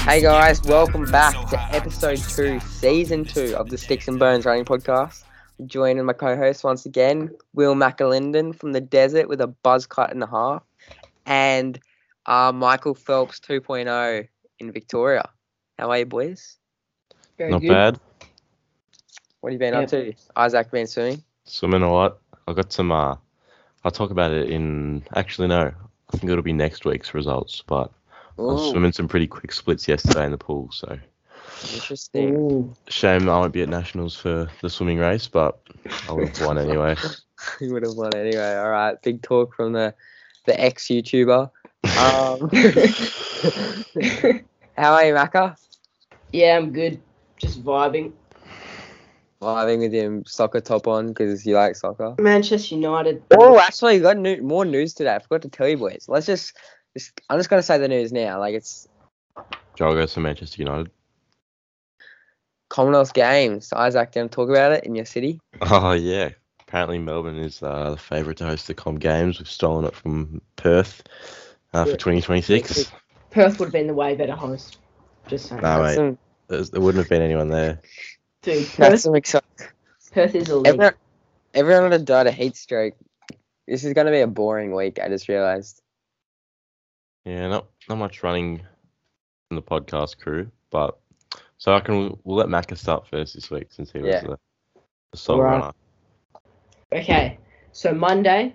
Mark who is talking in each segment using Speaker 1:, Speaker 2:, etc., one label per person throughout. Speaker 1: Hey guys, welcome back to episode two, season two of the Sticks and Bones Running Podcast. I'm joined with my co-host once again, Will McAlinden from the desert with a buzz cut and a half, and uh, Michael Phelps 2.0 in Victoria. How are you, boys?
Speaker 2: Very
Speaker 3: Not
Speaker 2: good.
Speaker 3: bad.
Speaker 1: What have you been
Speaker 2: Yeah.
Speaker 1: up to? Isaac been swimming?
Speaker 3: Swimming a lot. I got some. Uh, I'll talk about it in. Actually, no. I think it'll be next week's results. But I
Speaker 2: Oh.
Speaker 3: was
Speaker 1: Ooh,
Speaker 3: swimming some pretty quick splits yesterday in the pool. So
Speaker 1: interesting.
Speaker 3: shame I won't be at nationals for the swimming race, but I would have won anyway.
Speaker 1: He would have won anyway. All right, big talk from the the ex YouTuber. Um, how are you, Macca?
Speaker 2: yeah, I'm good. Just vibing.
Speaker 1: Vibing with him, soccer top on because you like soccer.
Speaker 2: Manchester United.
Speaker 1: Oh, actually, we got new, more news today. I forgot to tell you, boys. Let's just, just I'm just gonna say the news now. Like it's
Speaker 3: Joel goes to Manchester United.
Speaker 1: Commonwealth Games. Isaac, do you want to talk about it in your city?
Speaker 3: Oh yeah. Apparently Melbourne is uh, the favourite to host the Com Games. We've stolen it from Perth uh, for
Speaker 2: Yeah.
Speaker 3: 2026.
Speaker 2: Perth would have been the way better host. Just saying.
Speaker 3: Nah,
Speaker 1: That's
Speaker 3: mate.
Speaker 1: some,
Speaker 3: There's- There wouldn't have been anyone there.
Speaker 2: Dude,
Speaker 1: that's
Speaker 2: Perth,
Speaker 1: some exciting.
Speaker 2: Perth is a league.
Speaker 1: Everyone, everyone would have died of heat stroke. This is gonna be a boring week. I just realized.
Speaker 3: Yeah, not not much running in the podcast crew, but so I can we'll let Macca start first this week since he
Speaker 1: Yeah.
Speaker 3: was the, the sole
Speaker 2: Right.
Speaker 3: runner.
Speaker 2: Okay, so Monday,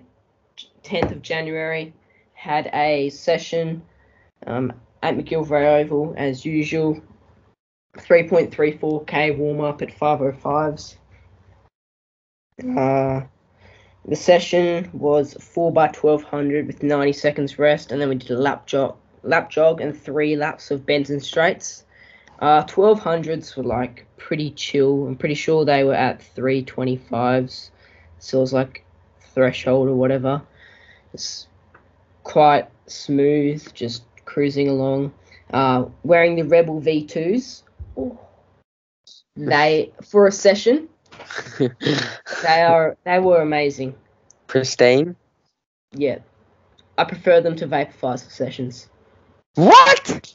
Speaker 2: 10th of January, had a session um, at McGilvray Oval as usual. 3.34k warm up at 505s. Uh, the session was 4 by 1200 with 90 seconds rest, and then we did a lap jog, lap jog and three laps of bends and straights. Uh, 1200s were like pretty chill. I'm pretty sure they were at 325s so it was like threshold or whatever. It's quite smooth, just cruising along. Uh, wearing the Rebel V2s. They for a session, they are they were amazing.
Speaker 1: Pristine.
Speaker 2: Yeah. I prefer them to Vaporflies for sessions.
Speaker 1: What?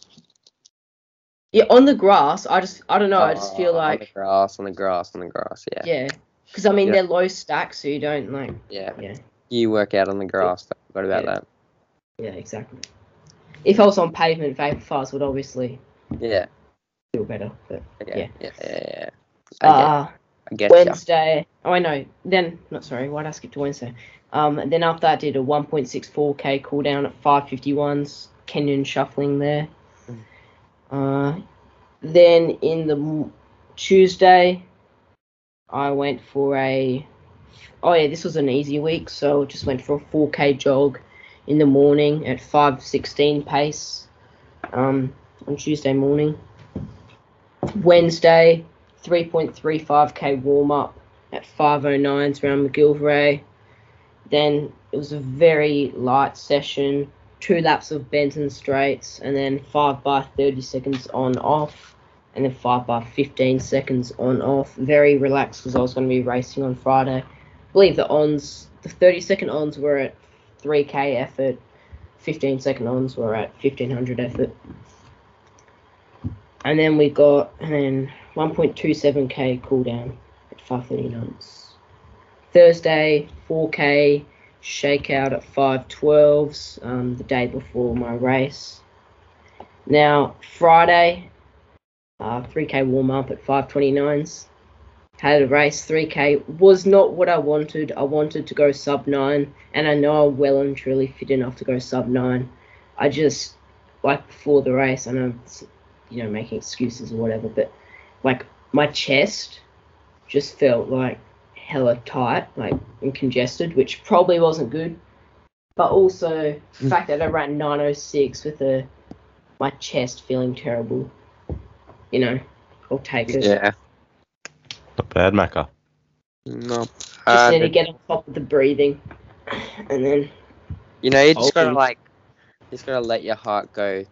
Speaker 2: Yeah, on the grass, I just I don't know, I just feel
Speaker 1: Oh, on the
Speaker 2: like
Speaker 1: grass, on the grass, on the grass. Yeah, yeah.
Speaker 2: yeah. Cuz I mean
Speaker 1: Yeah.
Speaker 2: they're low stack so you don't like yeah.
Speaker 1: You work out on the grass. Don't forget about
Speaker 2: Yeah. Yeah, exactly. If I was on pavement, Vaporflies would obviously
Speaker 1: that. Yeah.
Speaker 2: feel better, but
Speaker 1: Okay. Yeah. Yeah. Yeah. Oh, yeah. I get,
Speaker 2: uh,
Speaker 1: I get ya.
Speaker 2: Wednesday. Oh, I know. Then, not sorry. Why did I skip to Wednesday? Um, and then after that, I did a 1.64k cooldown at 551s. Kenyan shuffling there.
Speaker 1: Mm.
Speaker 2: Uh, then in the m- Tuesday, I went for a. Oh yeah, this was an easy week, so just went for a 4k jog in the morning at 5:16 pace. Um, on Tuesday morning. Wednesday, 3.35k warm up at 509s around McGilvray. Then it was a very light session, two laps of bends and straights, and then 5 by 30 seconds on off, and then 5 by 15 seconds on off. Very relaxed because I was going to be racing on Friday. I believe the ons, the 30 second ons were at 3k effort, 15 second ons were at 1500 effort. And then we got and then 1.27k cooldown at 539s. Thursday, 4k shakeout at 512s, um, the day before my race. Now, Friday, uh, 3k warm up at 529s. Had a race, 3k was not what I wanted. I wanted to go sub 9, and I know I'm well and truly fit enough to go sub 9. I just, like before the race, I know it's you know, making excuses or whatever, but like my chest just felt like hella tight, like and congested, which probably wasn't good. But also the fact that I ran nine oh six with a my chest feeling terrible, you know, I'll take it.
Speaker 1: Yeah.
Speaker 3: Not bad, Macca.
Speaker 1: Mm, No.
Speaker 2: Just need to
Speaker 1: Uh,
Speaker 2: get on top of the breathing, and then
Speaker 1: you know, you just gotta
Speaker 2: Open.
Speaker 1: like, just gotta let your heart go,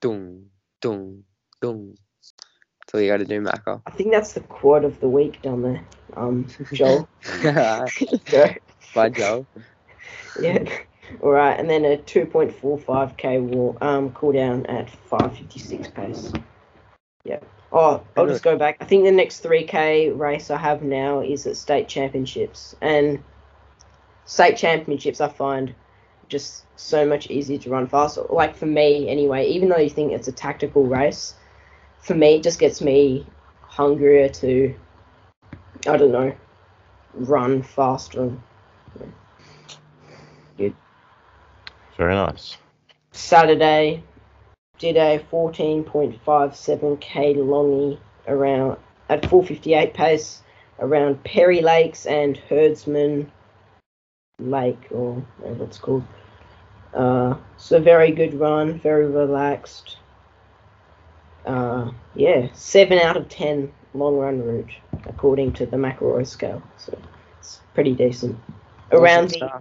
Speaker 1: dung, dung, dung. That's all you gotta do, Michael.
Speaker 2: I think that's the quote of the week down there. Um, Joel. Go.
Speaker 1: Bye, Joe.
Speaker 2: Yeah. All right, and then a 2.45k wall um cooldown at 556 pace. Yeah. Oh, I'll just go back. I think the next 3K race I have now is at state championships. And state championships, I find just so much easier to run fast. Like for me, anyway, even though you think it's a tactical race, for me, it just gets me hungrier to, I don't know, run faster.
Speaker 3: Very nice.
Speaker 2: Saturday, did a 14.57k longy around at 4:58 pace around Perry Lakes and Herdsman Lake or whatever it's called. Uh, so very good run, very relaxed. Uh, yeah, seven out of ten long run route according to the McElroy scale. So it's pretty decent. Around the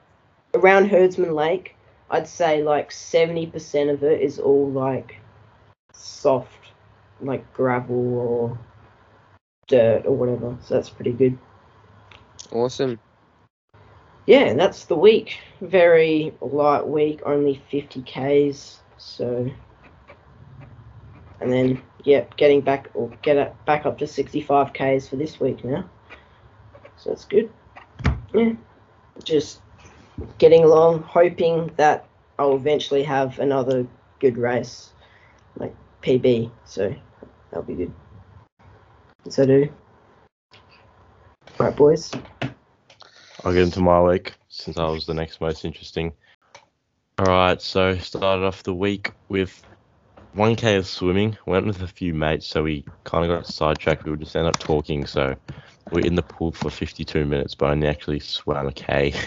Speaker 2: around Herdsman Lake, I'd say like 70% of it is all like soft, like gravel or dirt or whatever. So that's pretty good.
Speaker 1: Awesome.
Speaker 2: Yeah, and that's the week. Very light week, only 50Ks. So, and then, yeah, getting back or get up, back up to 65Ks for this week now. So that's good. Yeah, just getting along, hoping that I'll eventually have another good race, like PB. So that'll be good. So do. Right, boys.
Speaker 3: I'll get into my week since I was the next most interesting. All right, so started off the week with 1k of swimming. Went with a few mates, so we kind of got sidetracked. We would just end up talking, so we're in the pool for 52 minutes, but only actually swam a k. 'cause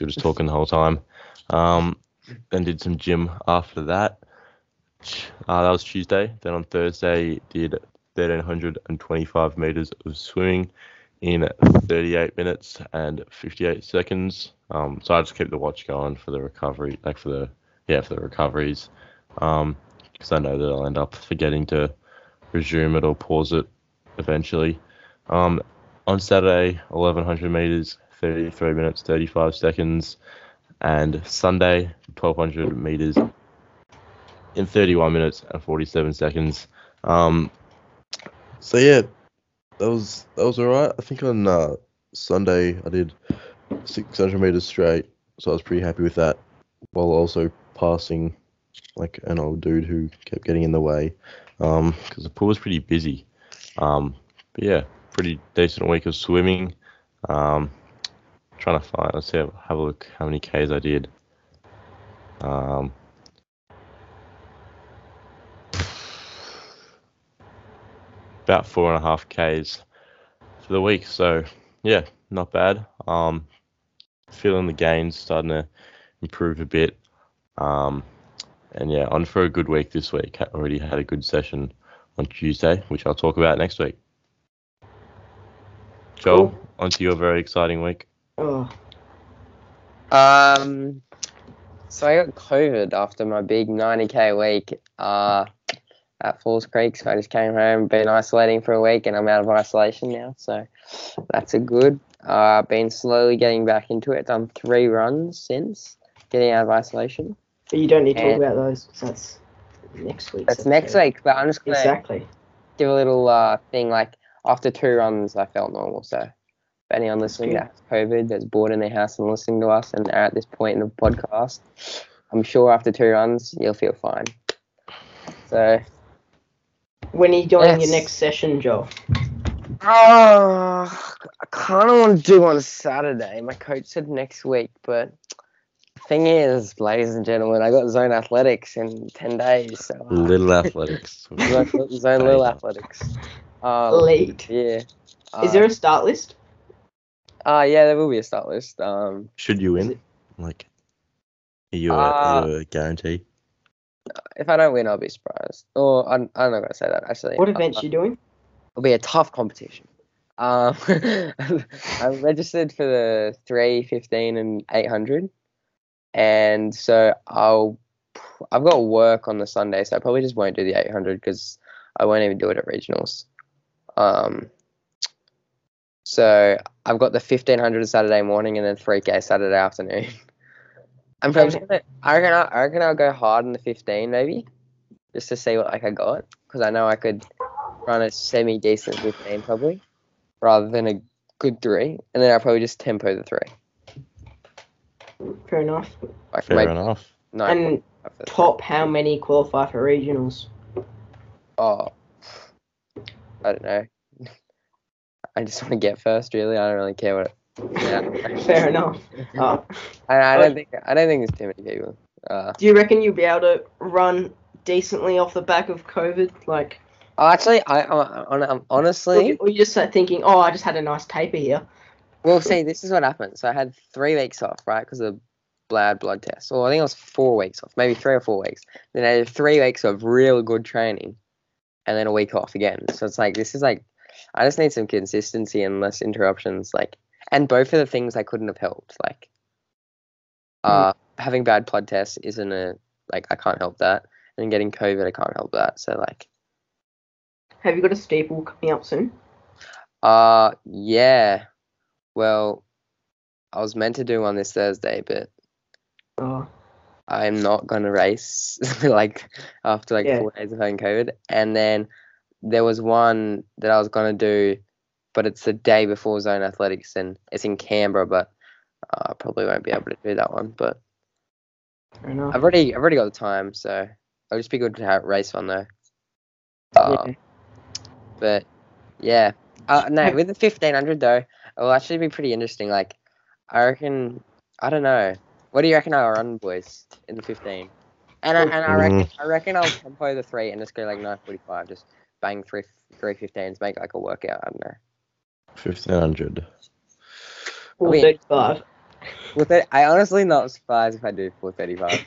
Speaker 3: we were just talking the whole time. Um, then did some gym after that. Uh, that was Tuesday. Then on Thursday, did 1325 meters of swimming in 38 minutes and 58 seconds. Um, so I just keep the watch going for the recovery, like for the yeah for the recoveries, because I know that I'll end up forgetting to resume it or pause it eventually. Um, on Saturday, 1100 meters, 33 minutes 35 seconds, and Sunday, 1200 meters in 31 minutes and 47 seconds. Um, so yeah, that was that was alright. I think on uh, Sunday I did 600 meters straight, so I was pretty happy with that, while also passing like an old dude who kept getting in the way, because the pool was pretty busy. Um, but yeah, pretty decent week of swimming. Um, trying to find. Let's see, have a look how many Ks I did. Um, about four and a half Ks for the week. So yeah, not bad. Um, feeling the gains starting to improve a bit. Um, and yeah, on for a good week this week. I already had a good session on Tuesday, which I'll talk about next week. Joel,
Speaker 2: Cool.
Speaker 3: onto your very exciting week.
Speaker 2: Oh,
Speaker 1: Um, so I got COVID after my big 90k week uh, at Falls Creek. So I just came home, been isolating for a week, and I'm out of isolation now. So that's a good. Uh, been slowly getting back into it. Done three runs since getting out of isolation.
Speaker 2: but you don't need to talk
Speaker 1: And-
Speaker 2: about those. 'cause that's next week.
Speaker 1: That's next week, but I'm just gonna
Speaker 2: Exactly.
Speaker 1: give a little uh, thing like after two runs, I felt normal. So if anyone listening
Speaker 2: good.
Speaker 1: that has COVID, that's bored in their house and listening to us, and are at this point in the podcast, I'm sure after two runs you'll feel fine. So
Speaker 2: When are you doing
Speaker 1: Yes.
Speaker 2: your next session, Joel?
Speaker 1: oh, I kind of want to do on Saturday. My coach said next week, but thing is, ladies and gentlemen, I got zone athletics in ten days. So uh,
Speaker 3: Little athletics.
Speaker 1: zone, zone little athletics. Um,
Speaker 2: Elite.
Speaker 1: yeah.
Speaker 2: Is there a start list?
Speaker 1: Uh, yeah, there will be a start list. Um,
Speaker 3: Should you win? Like, are you a,
Speaker 1: Uh,
Speaker 3: are you a guarantee?
Speaker 1: if I don't win, I'll be surprised. Or I'm, I'm not gonna say that actually.
Speaker 2: What
Speaker 1: Uh,
Speaker 2: events you doing?
Speaker 1: It'll be a tough competition. Um, I'm registered for the three, fifteen, and eight hundred, and so I'll. pr- I've got work on the Sunday, so I probably just won't do the eight hundred because I won't even do it at regionals. Um. So I've got the fifteen hundred Saturday morning and then three k Saturday afternoon. I'm probably just gonna. I reckon. I, I reckon I'll go hard in the fifteen maybe, just to see what like I got because I know I could run a semi decent 15 probably, rather than a good three, and then I'll probably just tempo the three.
Speaker 2: Fair enough.
Speaker 1: Like
Speaker 3: Fair
Speaker 1: maybe
Speaker 3: enough.
Speaker 1: nine
Speaker 2: And
Speaker 1: point five for the three.
Speaker 2: top how many qualify for regionals?
Speaker 1: Oh, I don't know. I just want to get first, really. I don't really care what. It, yeah.
Speaker 2: Fair enough. Uh,
Speaker 1: And I
Speaker 2: Oh.
Speaker 1: don't think I don't think there's too many people. Uh,
Speaker 2: do you reckon you'll be able to run decently off the back of COVID? Like,
Speaker 1: oh, actually, I, I, I I'm
Speaker 2: or
Speaker 1: honestly,
Speaker 2: you- or you just start thinking, oh, I just had a nice taper here.
Speaker 1: well, see, this is what happened. So I had three weeks off, right, because of blood blood test. Well, I think it was four weeks off, maybe three or four weeks. Then I had three weeks of real good training, and then a week off again. So it's like this is like, I just need some consistency and less interruptions, like, and both of the things I couldn't have helped, like, uh, having bad blood tests isn't a like I can't help that, and getting COVID I can't help that. So like.
Speaker 2: Have you got a steeple coming up soon?
Speaker 1: Uh yeah. Well, I was meant to do one this Thursday, but
Speaker 2: Oh,
Speaker 1: I'm not gonna race like after like
Speaker 2: Yeah.
Speaker 1: four days of having COVID. And then there was one that I was gonna do, but it's the day before Zone Athletics, and it's in Canberra, but uh, I probably won't be able to do that one. But
Speaker 2: fair enough.
Speaker 1: I've already I've already got the time, so it'll just be good to have race one though. Uh,
Speaker 2: Yeah.
Speaker 1: But yeah, uh, no,
Speaker 2: Have-
Speaker 1: with the fifteen hundred though, it'll actually be pretty interesting. Like, I reckon, I don't know. What do you reckon I'll run, boys, in the fifteen? And I, and I reckon, I reckon I'll tempo the three and just go like nine forty five, just bang three three fifteens, make like a workout. I don't know.
Speaker 3: Fifteen hundred.
Speaker 2: Four
Speaker 1: wait.
Speaker 2: thirty-five.
Speaker 1: With it, I honestly not surprised if I do four thirty five.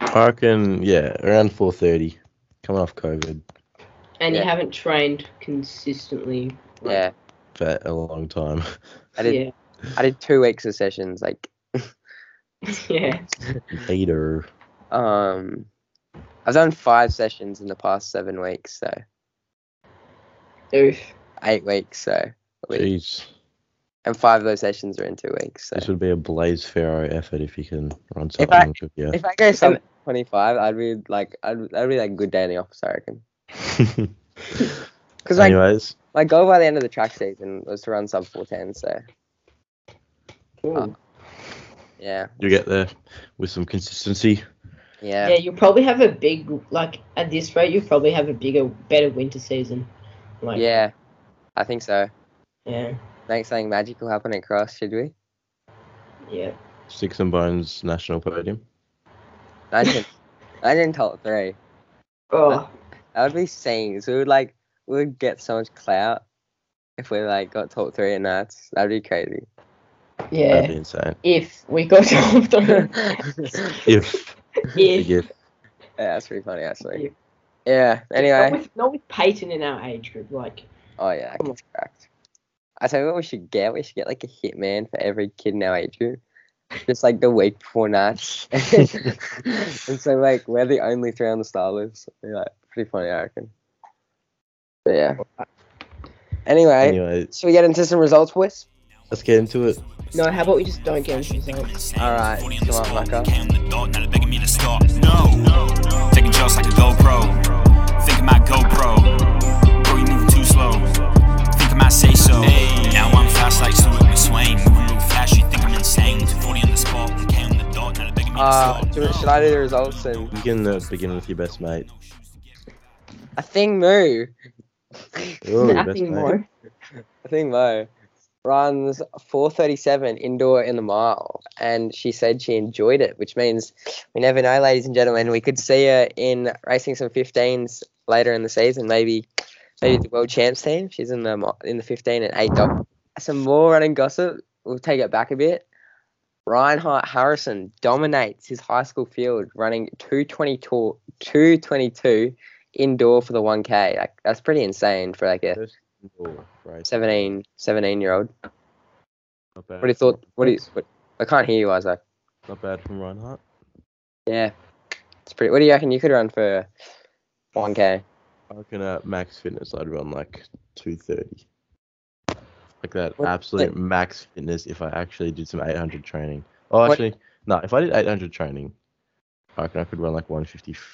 Speaker 3: I reckon, yeah, around four thirty. Coming off COVID
Speaker 2: And you
Speaker 1: Yeah.
Speaker 2: haven't trained consistently. like-
Speaker 1: Yeah,
Speaker 3: for a long time.
Speaker 1: I did.
Speaker 2: Yeah.
Speaker 1: I did two weeks of sessions. Like,
Speaker 2: yeah.
Speaker 3: Later.
Speaker 1: um, I've done five sessions in the past seven weeks, so
Speaker 2: Oof.
Speaker 1: eight weeks, so. a week.
Speaker 3: Jeez.
Speaker 1: and five of those sessions are in two weeks. So
Speaker 3: This would be a Blaze Pharaoh effort if you can run
Speaker 1: If
Speaker 3: something
Speaker 1: I-
Speaker 3: like it, yeah.
Speaker 1: if I go some twenty five, I'd be like, I'd, I'd be like good day in the office, I reckon. Because my,
Speaker 3: Anyways,
Speaker 1: my goal by the end of the track season was to run sub four ten. So
Speaker 2: Ooh.
Speaker 1: Uh, yeah,
Speaker 3: you get there with some consistency.
Speaker 1: yeah,
Speaker 2: yeah, you'll probably have a big like at this rate. You'll probably have a bigger, better winter season. Like,
Speaker 1: yeah. I think so.
Speaker 2: yeah,
Speaker 1: Make something magical happen at cross, should we?
Speaker 2: yeah.
Speaker 3: Sticks and Bones National Podium.
Speaker 1: Imagine, imagine top three.
Speaker 2: Oh,
Speaker 1: That would be scenes. We would like, we would get so much clout if we like got top three at Nats. That'd be crazy.
Speaker 3: That'd
Speaker 2: yeah.
Speaker 3: be insane.
Speaker 2: If we got top
Speaker 1: yeah,
Speaker 2: three,
Speaker 3: If,
Speaker 2: if
Speaker 3: if
Speaker 1: that's pretty funny actually.
Speaker 2: Yeah.
Speaker 1: Yeah. Anyway.
Speaker 2: not with, not with Peyton in our age group, like
Speaker 1: Oh yeah,
Speaker 2: Come on.
Speaker 1: it's cracked. I tell you what we should get. We should get like a hitman for every kid in our age group. Just like the week before Nats. and so like we're the only three on the star list. It'd be, like pretty funny, I reckon. But yeah. Anyway,
Speaker 3: anyway,
Speaker 1: should we get into some results, boys?
Speaker 3: let's get into it.
Speaker 2: no. How about we just don't get into results?
Speaker 1: Alright,
Speaker 4: Forty on the
Speaker 1: come on,
Speaker 4: spot.
Speaker 1: Maka.
Speaker 4: Count the dot, now they're begging me to stop. No, taking shots like a GoPro. Think I might GoPro. Bro, you moving too slow. Think I might say so. Now I'm fast like Stuart McSwain. Moving real fast, you think I'm insane. 240 on the spot. Count the dot, now they're begging me to
Speaker 1: Uh,
Speaker 4: stop.
Speaker 1: do you- should I do the results? And
Speaker 3: You can uh, begin with your best mate.
Speaker 1: I think Moo.
Speaker 3: Oh, your best
Speaker 2: Nothing
Speaker 3: mate.
Speaker 2: more.
Speaker 1: I think Mo runs 437 indoor in the mile, and she said she enjoyed it, which means we never know, ladies and gentlemen. We could see her in racing some 15s later in the season, maybe maybe the world champs team. She's in the mo- in the 15 and 8 dot. Some more running gossip. We'll take it back a bit. Reinhardt Harrison dominates his high school field, running 222, 222 indoor for the 1K. Like that's pretty insane for like a
Speaker 3: First indoor race.
Speaker 1: 17, 17 year old.
Speaker 3: Not bad.
Speaker 1: What do you thought? What do you? What, I can't hear you, Isaac.
Speaker 3: Not bad from Reinhardt.
Speaker 1: Yeah, it's pretty. What do you reckon you could run for? One k.
Speaker 3: I reckon at max fitness, I'd run like 230. Like that
Speaker 1: What-
Speaker 3: absolute max fitness if I actually did some 800 training. Oh,
Speaker 1: What-
Speaker 3: actually, no, if I did 800 training, I reckon I could run like 156.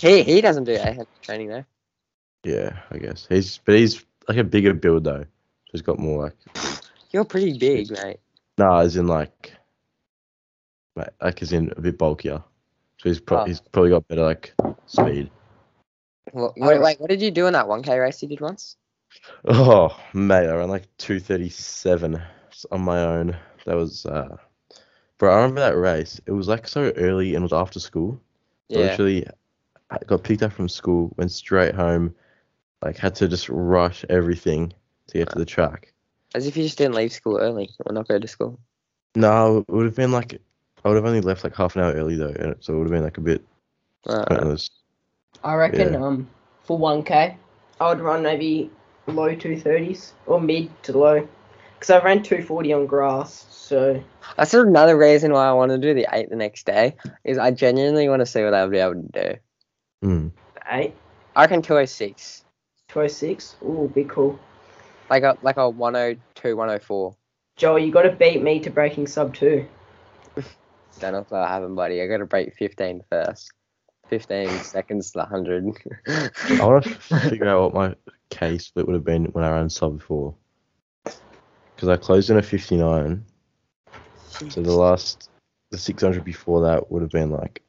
Speaker 1: He he doesn't do ahead training though.
Speaker 3: Yeah, I guess he's but he's like a bigger build though. So he's got more like
Speaker 1: You're pretty big, mate.
Speaker 3: no, nah, as in like like like as in a bit bulkier. So he's pro-
Speaker 1: Oh.
Speaker 3: he's probably got better like speed.
Speaker 1: What, what, wait, what did you do in that 1K race you did once?
Speaker 3: Oh mate, I ran like two thirty seven on my own. That was uh bro, I remember that race. It was like so early and it was after school. I
Speaker 1: Yeah.
Speaker 3: Literally I got picked up from school, went straight home, like had to just rush everything to get to the track.
Speaker 1: As if you just didn't leave school early or not go to school.
Speaker 3: No, it would have been like I would have only left like half an hour early though, and so it would have been like a bit
Speaker 1: Uh,
Speaker 3: pointless.
Speaker 2: I reckon
Speaker 3: Yeah.
Speaker 2: um for one k, I would run maybe low two thirties or mid to low, because I ran two forty on grass. So
Speaker 1: That's another reason why I want to do the 8 the next day, is I genuinely want to see what I'll be able to do.
Speaker 3: Mm.
Speaker 2: eight
Speaker 1: I reckon 206.
Speaker 2: two oh six. Ooh, be cool.
Speaker 1: Like a, like a 102, 104.
Speaker 2: Joel, you got to beat me to breaking sub two.
Speaker 1: Don't know if that'll happen, buddy. I got to break 15 first. 15 seconds to 100.
Speaker 3: I want to figure out what my K split would have been when I ran sub four, because I closed in a fifty nine. So the last, the six hundred before that would have been like,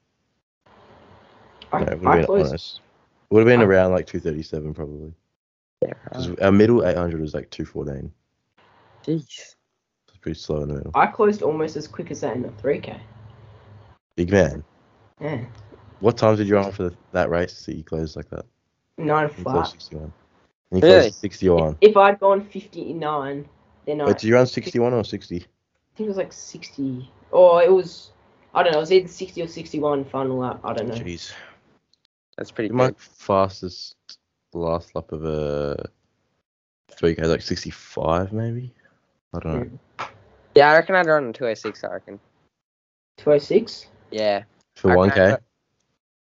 Speaker 2: I,
Speaker 3: no, it would
Speaker 2: I
Speaker 3: have been
Speaker 2: closed.
Speaker 3: honest. Would have been
Speaker 2: I-
Speaker 3: around like two thirty seven probably.
Speaker 1: yeah,
Speaker 3: Because our middle eight hundred was like two fourteen.
Speaker 1: jeez.
Speaker 3: It's pretty slow in the middle.
Speaker 2: I closed almost as quick as that in the three k.
Speaker 3: Big man,
Speaker 2: Yeah,
Speaker 3: what times did you run for that race that you closed like that?
Speaker 2: nine
Speaker 3: You closed
Speaker 2: flat.
Speaker 3: sixty one. You
Speaker 1: Really?
Speaker 3: closed sixty
Speaker 2: If,
Speaker 3: one.
Speaker 2: if I'd gone fifty nine, then I, I
Speaker 3: Wait, did you run sixty one or sixty?
Speaker 2: think it was like sixty. Or it was I don't know. It was either sixty or sixty one final lap. I don't know.
Speaker 3: Jeez.
Speaker 1: That's pretty
Speaker 3: My
Speaker 1: good.
Speaker 3: fastest last lap of a 3K is like 65, maybe? I don't know.
Speaker 1: Yeah, I reckon I'd run a 206, I reckon.
Speaker 2: Two oh six.
Speaker 1: Yeah.
Speaker 3: For
Speaker 1: I reckon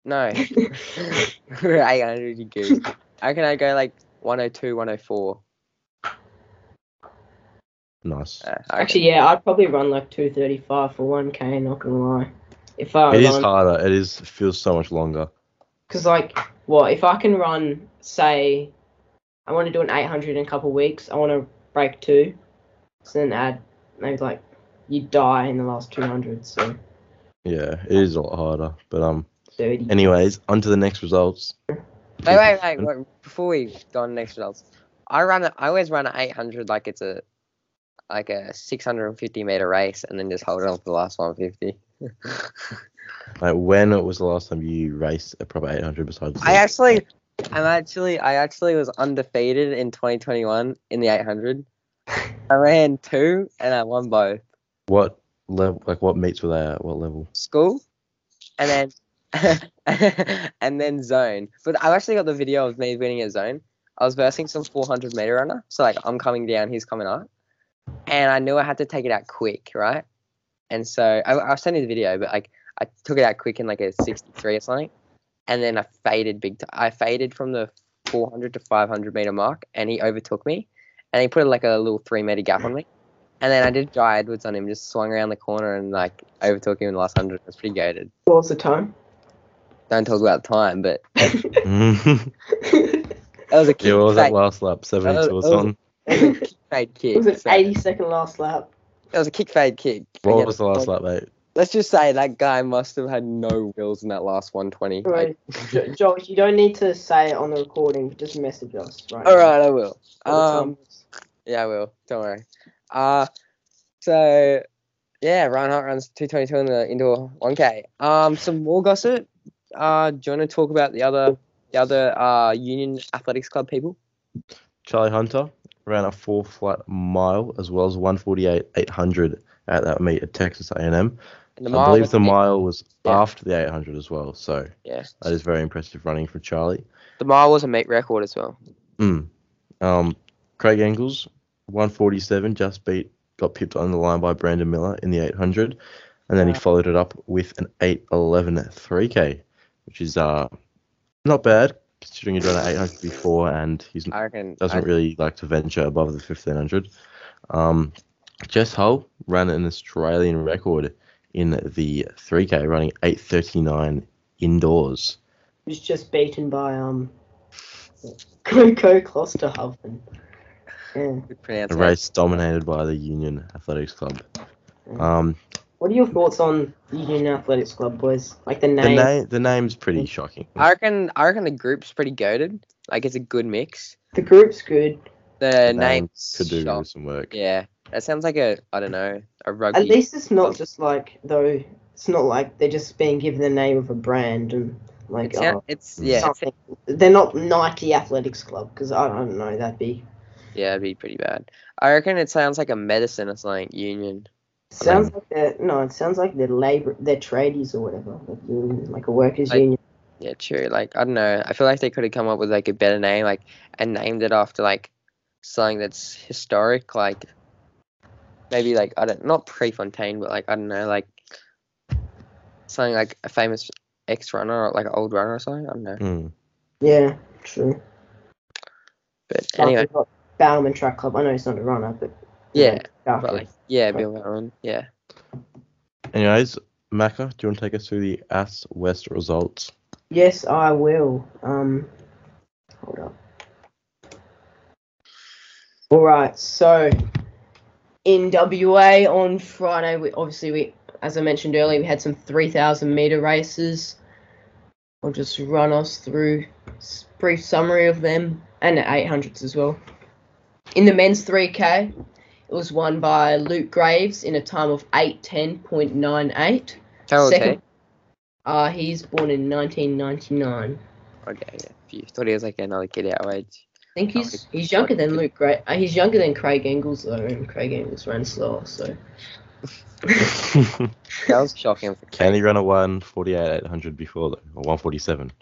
Speaker 3: 1K?
Speaker 1: I'd go- No. We're 800, you goose. I reckon I'd go like 102, 104.
Speaker 3: Nice.
Speaker 1: Uh, I reckon-
Speaker 2: Actually, yeah, I'd probably run like 235 for 1k, not gonna lie. If I
Speaker 3: it is
Speaker 2: run,
Speaker 3: harder. It is feels so much longer.
Speaker 2: because like, what if I can run, say, I want to do an 800 in a couple weeks, I want to break two, so then add maybe like you die in the last 200, so
Speaker 3: Yeah, it is a lot harder. But um,
Speaker 2: 30.
Speaker 3: anyways, on to the next results.
Speaker 1: Wait, wait, wait, wait, Before we go on to next results, I run. a- I always run an 800 like it's a like a 650 meter race, and then just hold on for the last 150.
Speaker 3: Like, when was the last time you raced a proper 800 besides?
Speaker 1: I
Speaker 3: this?
Speaker 1: actually, I'm actually, I actually was undefeated in 2021 in the 800. I ran two and I won both
Speaker 3: What level? Like, what meets were they at? What level?
Speaker 1: school, and then and then zone. But I've actually got the video of me winning a zone. I was versing some 400 meter runner, so like I'm coming down, he's coming up, and I knew I had to take it out quick, right? And so I, I'll send you the video, but like I took it out quick in like a 63 or something, and then I faded big. T- I faded from the 400 to 500 meter mark, and he overtook me, and he put like a little three meter gap on me, and then I did dry Edwards on him, just swung around the corner and like overtook him in the last hundred. It was pretty goaded.
Speaker 2: What was the time?
Speaker 1: Don't talk about time, but
Speaker 3: yeah,
Speaker 1: that was a kick.
Speaker 3: what was that
Speaker 1: fade-
Speaker 3: last lap? 72
Speaker 1: Oh,
Speaker 3: or
Speaker 1: that was-
Speaker 3: something?
Speaker 1: that was a kick fade kick.
Speaker 2: it was an
Speaker 1: so-
Speaker 2: 80 second last lap.
Speaker 1: That was a kick fade kick.
Speaker 3: What
Speaker 1: Again,
Speaker 3: was the last
Speaker 1: like,
Speaker 3: lap, mate?
Speaker 1: Let's just say that guy must have had no wheels in that last 120.
Speaker 2: Right. Jo- Josh, you don't need to say it on the recording, just message us, right?
Speaker 1: All right, I will. Um,
Speaker 2: Um,
Speaker 1: yeah, I will. Don't worry. Uh, so yeah, Ryan Hart runs 222 in the indoor 1K. Um, some more gossip. Uh, do you want to talk about the other the other uh Union Athletics Club people?
Speaker 3: Charlie Hunter ran a four flat mile as well as 148 800 at that meet at Texas A&M.
Speaker 1: And the
Speaker 3: I believe
Speaker 1: was-
Speaker 3: the mile was
Speaker 1: Yeah.
Speaker 3: after the 800 as well, so
Speaker 1: Yeah.
Speaker 3: that is very impressive running from Charlie.
Speaker 1: The mile was a meet record as well.
Speaker 3: Mm. Um, Craig Engels 147 just beat got pipped on the line by Brandon Miller in the 800, and then he
Speaker 1: Wow.
Speaker 3: followed it up with an 811 3K, which is uh not bad considering he'd run an 800 before and he's
Speaker 1: I reckon.
Speaker 3: doesn't
Speaker 1: I-
Speaker 3: really like to venture above the 1500. Um, Jess Hull ran an Australian record in the 3K, running 839 indoors.
Speaker 2: was just beaten by um Coco Klosterhoven. Yeah.
Speaker 1: Good pronounce.
Speaker 3: A race dominated by the Union Athletics Club.
Speaker 1: Mm.
Speaker 3: Um,
Speaker 2: What are your thoughts on the Union Athletics Club, boys? Like the
Speaker 3: the
Speaker 2: name?
Speaker 3: name the name's pretty shocking.
Speaker 1: Mm. I reckon I reckon the group's pretty goaded. Like it's a good mix.
Speaker 2: The group's good.
Speaker 1: The,
Speaker 3: The name
Speaker 1: name's
Speaker 3: could do
Speaker 1: shock.
Speaker 3: with some work.
Speaker 1: Yeah, that sounds like a I don't know a rugby.
Speaker 2: At least it's not just like though. It's not like they're just being given the name of a brand and like
Speaker 1: it sound,
Speaker 2: oh,
Speaker 1: it's yeah it's-
Speaker 2: something. They're not Nike Athletics Club because I don't know. That'd be
Speaker 1: yeah it'd be pretty bad. I reckon it sounds like a medicine or something union.
Speaker 2: sounds like they're no. It sounds like they're labor, they're tradies or whatever, like, union, like a workers
Speaker 1: Like-
Speaker 2: union.
Speaker 1: Yeah, true. Like I don't know. I feel like they could have come up with like a better name, like and named it after like something that's historic, like maybe like I don't not Prefontaine, but like I don't know, like something like a famous ex runner or like an old runner or something. I don't know.
Speaker 3: Mm.
Speaker 2: Yeah, true.
Speaker 1: But
Speaker 2: Like,
Speaker 1: anyway,
Speaker 2: they've got Bowerman Track Club. I know it's not a runner, but you
Speaker 1: yeah,
Speaker 2: know, after-
Speaker 1: but like yeah, Bill Bowen, yeah.
Speaker 3: Anyways, Macca, do you want to take us through the AS West results?
Speaker 2: Yes, I will. Um, hold up. All right. So in WA on Friday, we obviously we, as I mentioned earlier, we had some three thousand meter races. I'll just run us through s- brief summary of them and the eight hundreds as well. In the men's three k, it was won by Luke Graves in a time of eight ten point nine eight.
Speaker 1: Oh, okay.
Speaker 2: Second- Uh, he's born in 1999.
Speaker 1: Okay, yeah. If you thought he was like another kid our age.
Speaker 2: I think
Speaker 1: Oh,
Speaker 2: he's
Speaker 1: okay.
Speaker 2: he's younger than Luke Gray. Uh, he's younger than Craig Engels though, and Craig Engels ran slower. So
Speaker 1: That was shocking. For
Speaker 3: Can he run a 148 800 before though, or 147?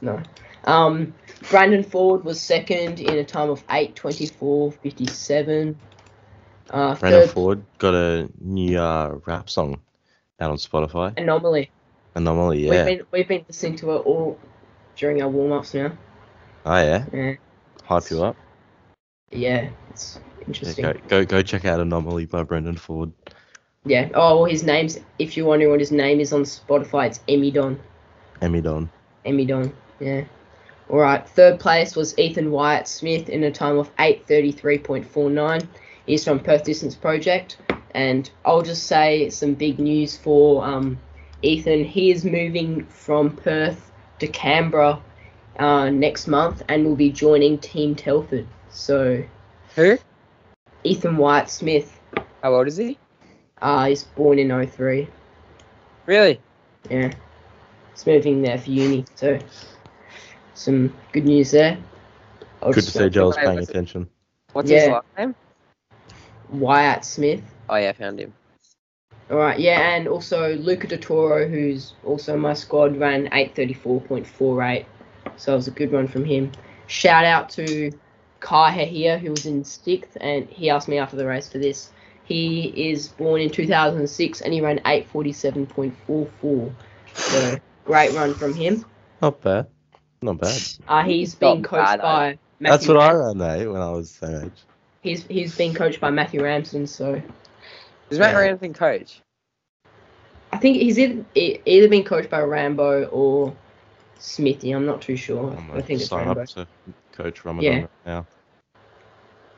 Speaker 2: no. Um, Brandon Ford was second in a time of 8:24:57. Uh,
Speaker 3: Brandon
Speaker 2: third,
Speaker 3: Ford got a new uh, rap song out on Spotify.
Speaker 2: anomaly.
Speaker 3: Anomaly,
Speaker 2: We've
Speaker 3: yeah.
Speaker 2: been we've been listening to it all during our warm ups now.
Speaker 3: Oh yeah,
Speaker 2: Yeah,
Speaker 3: hype you up.
Speaker 2: yeah, it's
Speaker 3: Yeah,
Speaker 2: interesting.
Speaker 3: go, go go check out Anomaly by Brendan Ford.
Speaker 2: Yeah. Oh, well, his name's if you're wondering what his name is on Spotify, it's Emidon.
Speaker 3: Emmy Don.
Speaker 2: Emmy Don. Yeah. All right. Third place was Ethan Wyatt Smith in a time of 8:33.49. He's from Perth Distance Project, and I'll just say some big news for um, Ethan. He is moving from Perth to Canberra uh, next month, and will be joining Team Telford. So
Speaker 1: Who?
Speaker 2: Ethan Wyatt Smith
Speaker 1: How old is he?
Speaker 2: uh, is born in 03.
Speaker 1: Really?
Speaker 2: Yeah. He's moving there for uni. So some good news there. I'll
Speaker 3: Good to
Speaker 2: just-
Speaker 3: see Joel's
Speaker 1: Wait,
Speaker 3: paying
Speaker 1: was it-
Speaker 3: attention.
Speaker 1: What's his
Speaker 2: Yeah.
Speaker 1: last name?
Speaker 2: Wyatt Smith.
Speaker 1: Oh yeah, I found him.
Speaker 2: All right, yeah, and also Luca De Toro, who's also my squad, ran 8:34.48, so it was a good one from him. Shout out to Kai Hahir, who was in sixth, and he asked me after the race for this. He is born in 2006, and he ran 8:47.44, so great run from him.
Speaker 3: Not bad. Not bad.
Speaker 2: Uh, he's being
Speaker 1: Not
Speaker 2: coached
Speaker 1: bad,
Speaker 2: by
Speaker 3: That's
Speaker 2: Matthew
Speaker 3: what I
Speaker 2: Ram-
Speaker 3: ran eh, when I was that age.
Speaker 2: He's he's being coached by Matthew Ramsden, so
Speaker 1: Is Matt
Speaker 3: Yeah.
Speaker 1: Ramsden coach?
Speaker 2: I think he's either, e- either been coached by Rambo or Smithy. I'm not too sure.
Speaker 3: I'm
Speaker 2: I
Speaker 3: gonna
Speaker 2: think it's
Speaker 3: sign
Speaker 2: Rambo.
Speaker 3: up to Coach Ramadan
Speaker 2: Yeah.
Speaker 3: right now.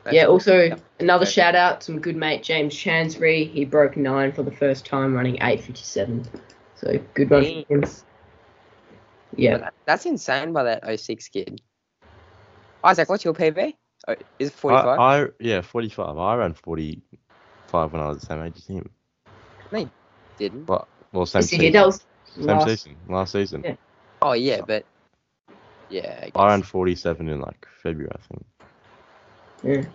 Speaker 1: That's-
Speaker 2: Yeah. Also, another
Speaker 1: Okay.
Speaker 2: shout out to my good mate James Chansbury. He broke nine for the first time, running 8:57. So good one for him.
Speaker 1: but
Speaker 2: Yeah.
Speaker 1: that- That's insane by that 06 kid. Isaac, what's your PB? Oh, is it 45?
Speaker 3: I, I yeah, 45. I ran 45 when I was the same age as him.
Speaker 1: Didn't.
Speaker 3: But well, same
Speaker 2: Yes, he
Speaker 3: season.
Speaker 2: did. That was
Speaker 3: same
Speaker 2: last-
Speaker 3: season. Last season.
Speaker 2: Yeah.
Speaker 1: Oh yeah, but yeah. I guess.
Speaker 3: I ran 47 in like February, I think.
Speaker 2: Yeah.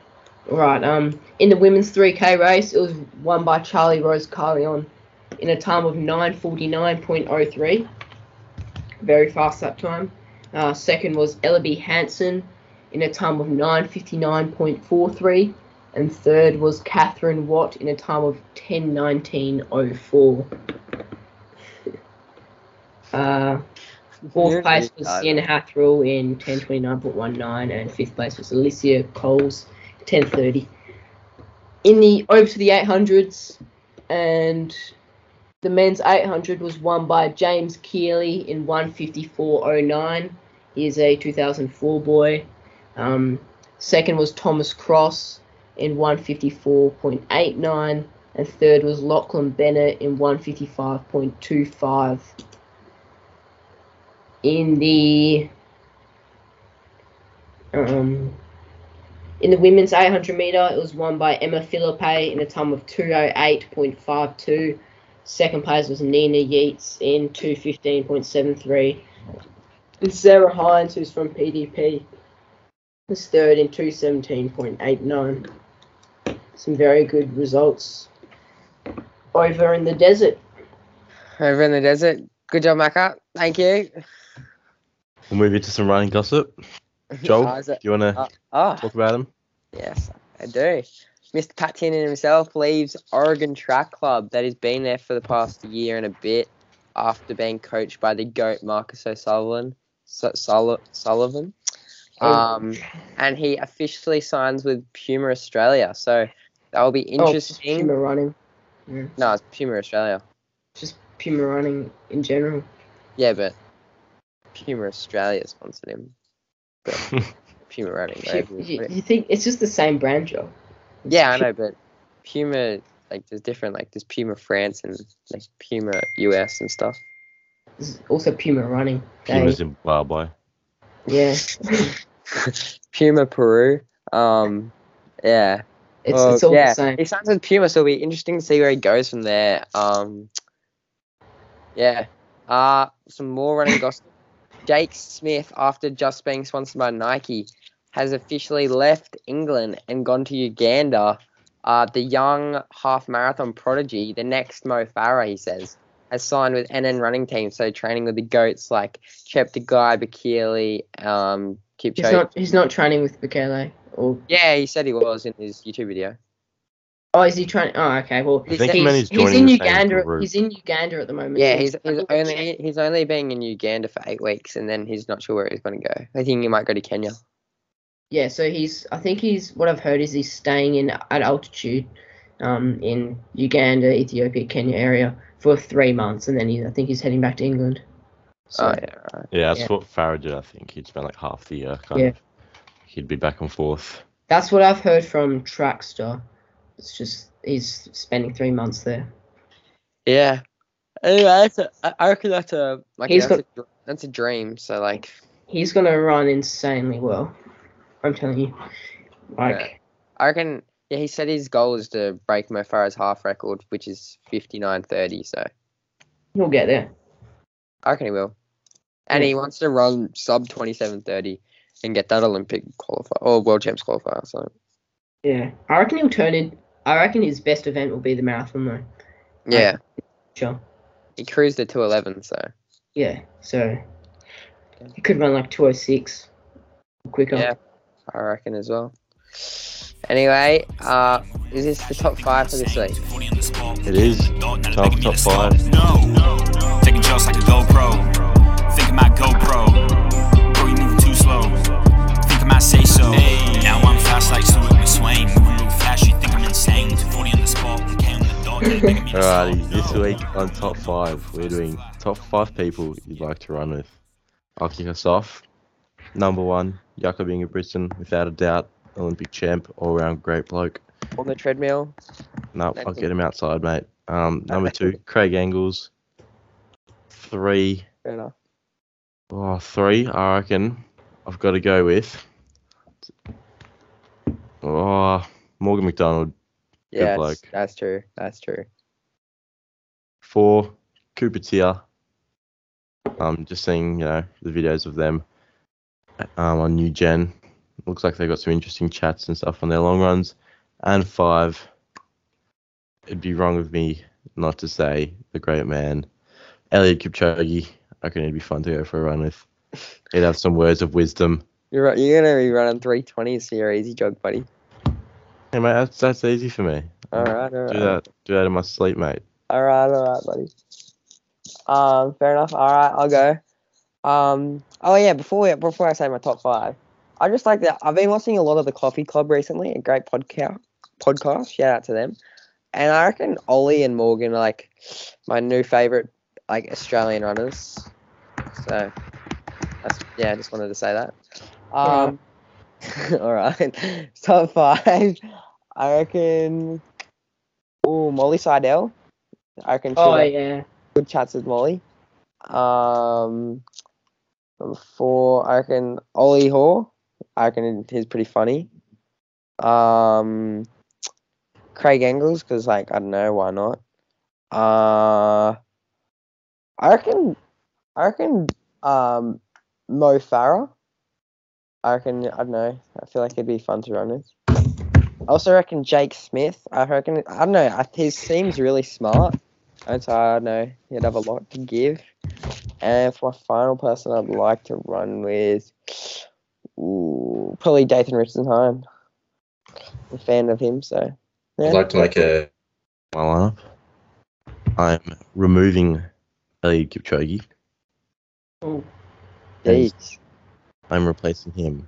Speaker 2: All right. Um, in the women's 3K race, it was won by Charlie Rose Carleon in a time of 9:49.03. Very fast that time. Uh, second was Ellaby Hansen in a time of 9:59.43, and third was Catherine Watt in a time of 10:19.04. Uh, Fourth
Speaker 1: Nearly
Speaker 2: place was
Speaker 1: done.
Speaker 2: Sienna Hathrell in 1029.19, and fifth place was Alicia Coles, 1030. In the over to the 800s, and The men's 800 was won by James Keeley in 154.09. He is a 2004 boy. Um, second was Thomas Cross in 154.89. And third was Lachlan Bennett in 155.25. In the um, in the women's 800 meter, it was won by Emma Philippe in a time of 208.52. Second place was Nina Yeats in 215.73. And Sarah Hines, who's from PDP, was third in 217.89. Some very good results over in the desert.
Speaker 1: Over in the desert. Good job, Maka. Thank you.
Speaker 3: We'll move into some running gossip. Joel,
Speaker 1: Oh, is
Speaker 3: do
Speaker 1: it-
Speaker 3: you want to
Speaker 1: oh, oh,
Speaker 3: talk about him?
Speaker 1: yes, I do. Mr. Pat Tiernan himself leaves Oregon Track Club that has been there for the past year and a bit after being coached by the GOAT Marcus O'Sullivan. Su- Sulli- Sullivan.
Speaker 2: Oh.
Speaker 1: Um, and he officially signs with Puma Australia. So that will be
Speaker 2: Oh, it's just
Speaker 1: interesting.
Speaker 2: Puma running. Yeah,
Speaker 1: no, it's Puma Australia.
Speaker 2: just Puma running in general.
Speaker 1: Yeah, but Puma Australia sponsored him. But Puma running. whatever
Speaker 2: You,
Speaker 1: you put it.
Speaker 2: you think it's just the same brand, Joe?
Speaker 1: Yeah, I know, but Puma like there's different like there's Puma France and like Puma US and stuff.
Speaker 2: There's also Puma running. They-
Speaker 3: Puma's in Zimbabwe.
Speaker 2: yeah,
Speaker 1: Puma Peru. Um, yeah.
Speaker 2: it's,
Speaker 1: Well,
Speaker 2: it's all
Speaker 1: Oh, yeah.
Speaker 2: the same.
Speaker 1: He signs with Puma, so it'll be interesting to see where he goes from there. Um, yeah. Uh, some more running gossip. Jake Smith, after just being sponsored by Nike, has officially left England and gone to Uganda. Uh, the young half marathon prodigy, the next Mo Farah, he says, has signed with NN running team, so training with the goats like Cheptegei, Bakili, um,
Speaker 2: He's
Speaker 1: Kipchoge.
Speaker 2: not. He's not training with Bekele. Or
Speaker 1: yeah, he said he was in his YouTube video.
Speaker 2: oh, is he training? Oh, okay. Well,
Speaker 1: He
Speaker 3: I think
Speaker 1: said-
Speaker 3: he meant
Speaker 2: he's,
Speaker 3: he's
Speaker 2: he's
Speaker 3: joining
Speaker 2: in
Speaker 3: the same
Speaker 2: Uganda.
Speaker 3: group.
Speaker 2: He's in Uganda at the moment.
Speaker 1: Yeah,
Speaker 2: so
Speaker 1: he's he's
Speaker 2: not
Speaker 1: only he's only being in Uganda for eight weeks, and then he's not sure where he's going to go. I think he might go to Kenya.
Speaker 2: Yeah, so he's. I think he's. What I've heard is he's staying in at altitude, um, in Uganda, Ethiopia, Kenya area for three months, and then he, I think he's heading back to England. So
Speaker 1: oh yeah, right.
Speaker 3: Yeah, that's
Speaker 2: Yeah.
Speaker 3: what Farah did. I think he'd spend like half the year. Kind
Speaker 2: Yeah.
Speaker 3: of. He'd be back and forth.
Speaker 2: that's what I've heard from Trackstar. It's just he's spending three months there.
Speaker 1: yeah. Anyway, that's a, I- I reckon that's a like
Speaker 2: He's
Speaker 1: that's, a, dr- that's a dream. So like,
Speaker 2: He's gonna run insanely well. I'm telling you, like
Speaker 1: I reckon yeah, he said his goal is to break Mo Farah's half record, which is fifty nine thirty. So
Speaker 2: he'll get there.
Speaker 1: I reckon he will, and
Speaker 2: Yeah.
Speaker 1: he wants to run sub twenty seven thirty and get that Olympic qualifier or World Champs qualifier. So
Speaker 2: Yeah, I reckon he'll turn in. I reckon his best event will be the marathon though.
Speaker 1: yeah,
Speaker 2: Sure.
Speaker 1: he cruised the two eleven. So
Speaker 2: Yeah, so he could run like 206 quicker.
Speaker 1: Yeah, I reckon as well. Anyway, uh, is this the top five for this week?
Speaker 3: It is. Top- top five.
Speaker 4: No, taking shots like a GoPro. Think I might GoPro. Bro, you moving too slow. Think I might say so. Now I'm fast like Swimming Swain. Moving real fast, you think I'm insane. 240 on the spot, okay, on the dot.
Speaker 3: Alrighty, this week on top five, we're doing top five people you'd like to run with. I'll kick us off. Number one, Jakob Ingebrigtsen, without a doubt, Olympic champ, all-round great bloke.
Speaker 1: On the treadmill.
Speaker 3: No, I'll get him outside, mate. Um, number two, Craig Engels. Three,
Speaker 1: Fair enough.
Speaker 3: oh, three, I reckon. I've got to go with. Oh, Morgan McDonald.
Speaker 1: Yeah,
Speaker 3: bloke.
Speaker 1: that's, that's true. That's true.
Speaker 3: Four, Cooper Tier. Um, just seeing you know the videos of them um, on New Gen. Looks like they've got some interesting chats and stuff on their long runs. And five, it'd be wrong of me not to say the great man, Elliot Kipchoge. I reckon it'd be fun to go for a run with. He'd have some words of wisdom.
Speaker 1: You're right. You're gonna be running three twenties for your easy jog, buddy.
Speaker 3: Hey mate, that's, that's easy for me.
Speaker 1: All right, all right,
Speaker 3: Do that, do that in my sleep, mate.
Speaker 1: all right, all right, buddy. Um, fair enough. All right, I'll go. Um, oh yeah, before we, before I say my top five, I just like that. I've been watching a lot of the Coffee Club recently. A great podcast. Podcast. Shout out to them. And I reckon Ollie and Morgan are like my new favourite like Australian runners. So that's yeah, I just wanted to say that. Um all right. Top five. I reckon Oh, Molly Seidel. I reckon she'll
Speaker 2: Oh
Speaker 1: have
Speaker 2: yeah.
Speaker 1: good chats with Molly. Um number four, I reckon Ollie Hoare. I reckon he's pretty funny. Um Craig Engels, because like I don't know why not. Uh, I reckon, I reckon, um, Mo Farah. I reckon I don't know. I feel like it'd be fun to run with. I also reckon Jake Smith. I reckon I don't know. I, he seems really smart, and so I don't know he'd have a lot to give. And for my final person, I'd like to run with, ooh, probably Dathan Richardson Hine. I'm a fan of him, so.
Speaker 3: I'd
Speaker 1: yeah.
Speaker 3: like to make a my lineup. I'm removing Ali Kipchoge.
Speaker 2: Oh,
Speaker 3: James.
Speaker 1: Jeez.
Speaker 3: I'm replacing him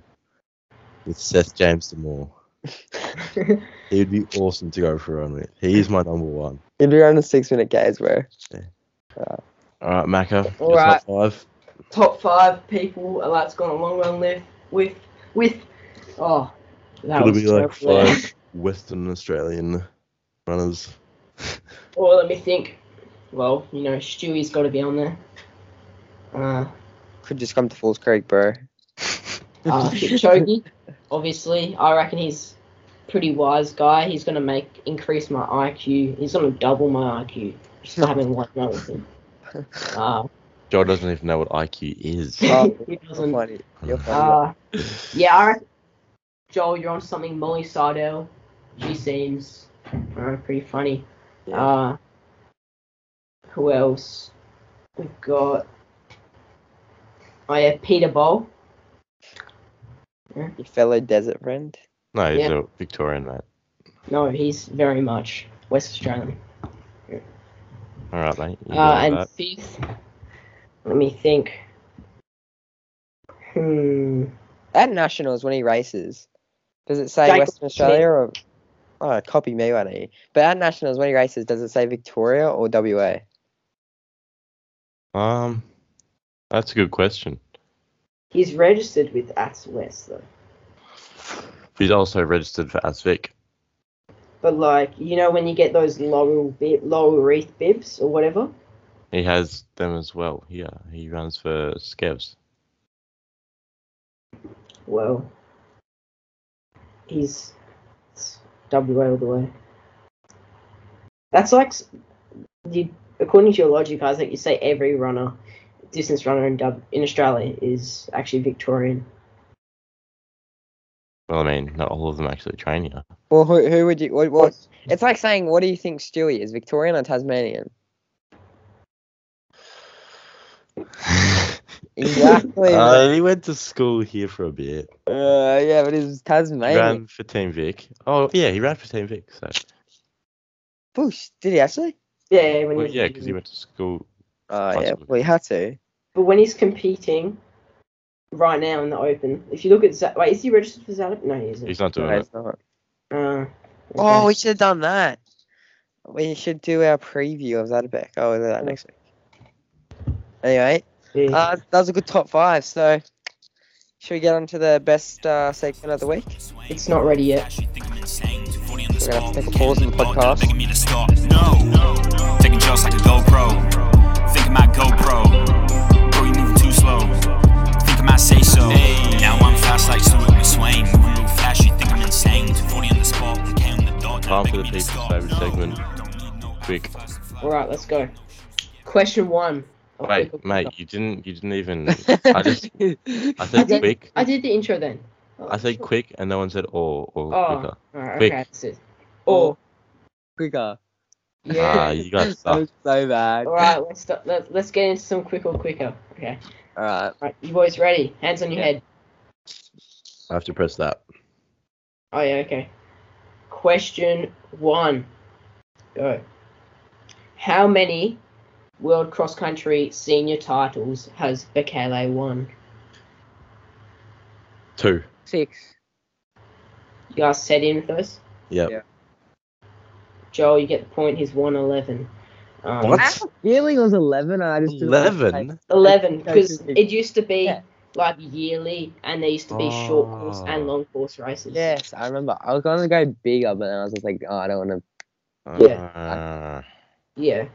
Speaker 3: with Seth James Damore. He would be awesome to go for a run with. He is my number one.
Speaker 1: You'd be running six minute gaze, bro.
Speaker 3: All right, Macca.
Speaker 2: All
Speaker 3: your
Speaker 2: right.
Speaker 3: Top five.
Speaker 2: top five people that's gone a long run left with with oh that
Speaker 3: Gotta
Speaker 2: was
Speaker 3: be like
Speaker 2: terrible.
Speaker 3: five Western Australian runners.
Speaker 2: Or let me think. Well, you know, Stewie's got to be on there. Uh,
Speaker 1: Could just come to Falls Creek, bro.
Speaker 2: uh, Kipchoge, obviously. I reckon he's pretty wise guy. He's gonna make increase my IQ. He's gonna double my IQ. Just having one run with him. Uh,
Speaker 3: Joel doesn't even know what IQ is.
Speaker 1: Oh,
Speaker 2: he
Speaker 1: You're
Speaker 2: doesn't.
Speaker 1: funny. You're funny.
Speaker 2: Uh, yeah, I reckon, Joel, you're on something. Molly Sardell, she seems uh, pretty funny.
Speaker 1: Yeah.
Speaker 2: Uh, who else? We've got. Oh yeah, Peter Bowl.
Speaker 1: Your fellow desert friend.
Speaker 3: no, he's
Speaker 2: yeah.
Speaker 3: a Victorian mate.
Speaker 2: No, he's very much West Australian.
Speaker 3: All right, mate. you
Speaker 2: uh,
Speaker 3: can
Speaker 2: and
Speaker 3: have that.
Speaker 2: fifth, let me think. Hmm.
Speaker 1: At nationals, when he races, does it say
Speaker 2: Jacob
Speaker 1: Western Australia or? Oh, copy me, why don't you? But at nationals, when he races, does it say Victoria or WA?
Speaker 3: Um, that's a good question.
Speaker 2: He's registered with Ass West though.
Speaker 3: He's also registered for ASVIC.
Speaker 2: But like, you know, when you get those laurel bi- laurel wreath bibs or whatever.
Speaker 3: He has them as well. Yeah, he runs for Scavs.
Speaker 2: Well, he's it's WA all the way. That's like, s- you, according to your logic, Isaac, you say every runner, distance runner in, w, in Australia is actually Victorian.
Speaker 3: Well, I mean, not all of them actually train here.
Speaker 1: Well, who, who would you? What, what? It's like saying, what do you think Stewie is, Victorian or Tasmanian? Exactly.
Speaker 3: uh, he went to school here for a bit.
Speaker 1: Uh, yeah, but it's Tasmanian.
Speaker 3: Ran for Team Vic. Oh, yeah, he ran for Team Vic. So,
Speaker 1: Bush, did he actually?
Speaker 2: Yeah, when
Speaker 3: well,
Speaker 2: he's,
Speaker 3: yeah, because he went to school.
Speaker 1: Oh, yeah,
Speaker 3: Possibly.
Speaker 1: well, he had to.
Speaker 2: But when he's competing, right now in the open, if you look at Za- wait, is he registered for Zadab? No, he isn't.
Speaker 3: He's not
Speaker 1: No,
Speaker 3: doing it.
Speaker 1: it's not.
Speaker 2: Uh, okay.
Speaker 1: Oh, we should have done that. We should do our preview of Zadabek. Oh, we'll do that next week. Anyway,
Speaker 2: Yeah.
Speaker 1: uh, that was a good top five. So, should we get on to the best uh, segment of the week?
Speaker 2: it's not ready yet.
Speaker 1: We're gonna have to take a pause in the podcast.
Speaker 4: Begging me to stop. No, taking shots like a GoPro. Think I might GoPro. Bro, you moving too slow. Think I might say so. Now I'm fast like Swimming Swain. Moving real fast, you think I'm insane. 240 on the spot, counting the dot.
Speaker 3: Time for the
Speaker 4: Begging me to
Speaker 3: people's
Speaker 4: stop.
Speaker 3: favourite
Speaker 4: No,
Speaker 3: segment.
Speaker 4: don't need no
Speaker 3: Quick.
Speaker 4: alpha.
Speaker 2: All right, let's go. Question one. Oh,
Speaker 3: Wait,
Speaker 2: quick,
Speaker 3: mate,
Speaker 2: quick.
Speaker 3: you didn't. You didn't even. I just. I said
Speaker 2: did-
Speaker 3: quick.
Speaker 2: I did the intro then.
Speaker 3: I said quick, and no one said or or
Speaker 2: Oh.
Speaker 3: quicker.
Speaker 2: Alright,
Speaker 3: Quick.
Speaker 2: okay, that's it. Or
Speaker 1: quicker.
Speaker 3: Ah,
Speaker 2: yeah.
Speaker 3: you guys
Speaker 1: That
Speaker 3: suck.
Speaker 1: was so bad.
Speaker 2: All right, let's stop, let, let's get into some quick or quicker. Okay.
Speaker 1: All right.
Speaker 2: All right, you boys ready? Hands on your
Speaker 1: Yeah.
Speaker 2: head.
Speaker 3: I have to press that.
Speaker 2: Oh yeah, okay. Question one. Go. How many world cross country senior titles has Bekele won?
Speaker 3: Two.
Speaker 1: Six.
Speaker 2: You guys set in with us?
Speaker 3: Yep.
Speaker 1: Yeah.
Speaker 2: Joel, you get the point. He's one eleven. Um,
Speaker 3: What?
Speaker 1: I really was 11 and I just didn't like-
Speaker 3: 11?
Speaker 2: Eleven,
Speaker 1: Okay,
Speaker 2: because
Speaker 1: okay.
Speaker 2: it used to be
Speaker 1: Yeah.
Speaker 2: like yearly, and there used to be short course and
Speaker 3: Ah.
Speaker 2: long course races.
Speaker 1: Yes, I remember. I was gonna go bigger, but then I was just like, oh, I don't want
Speaker 3: Ah. Yeah.
Speaker 2: Yeah.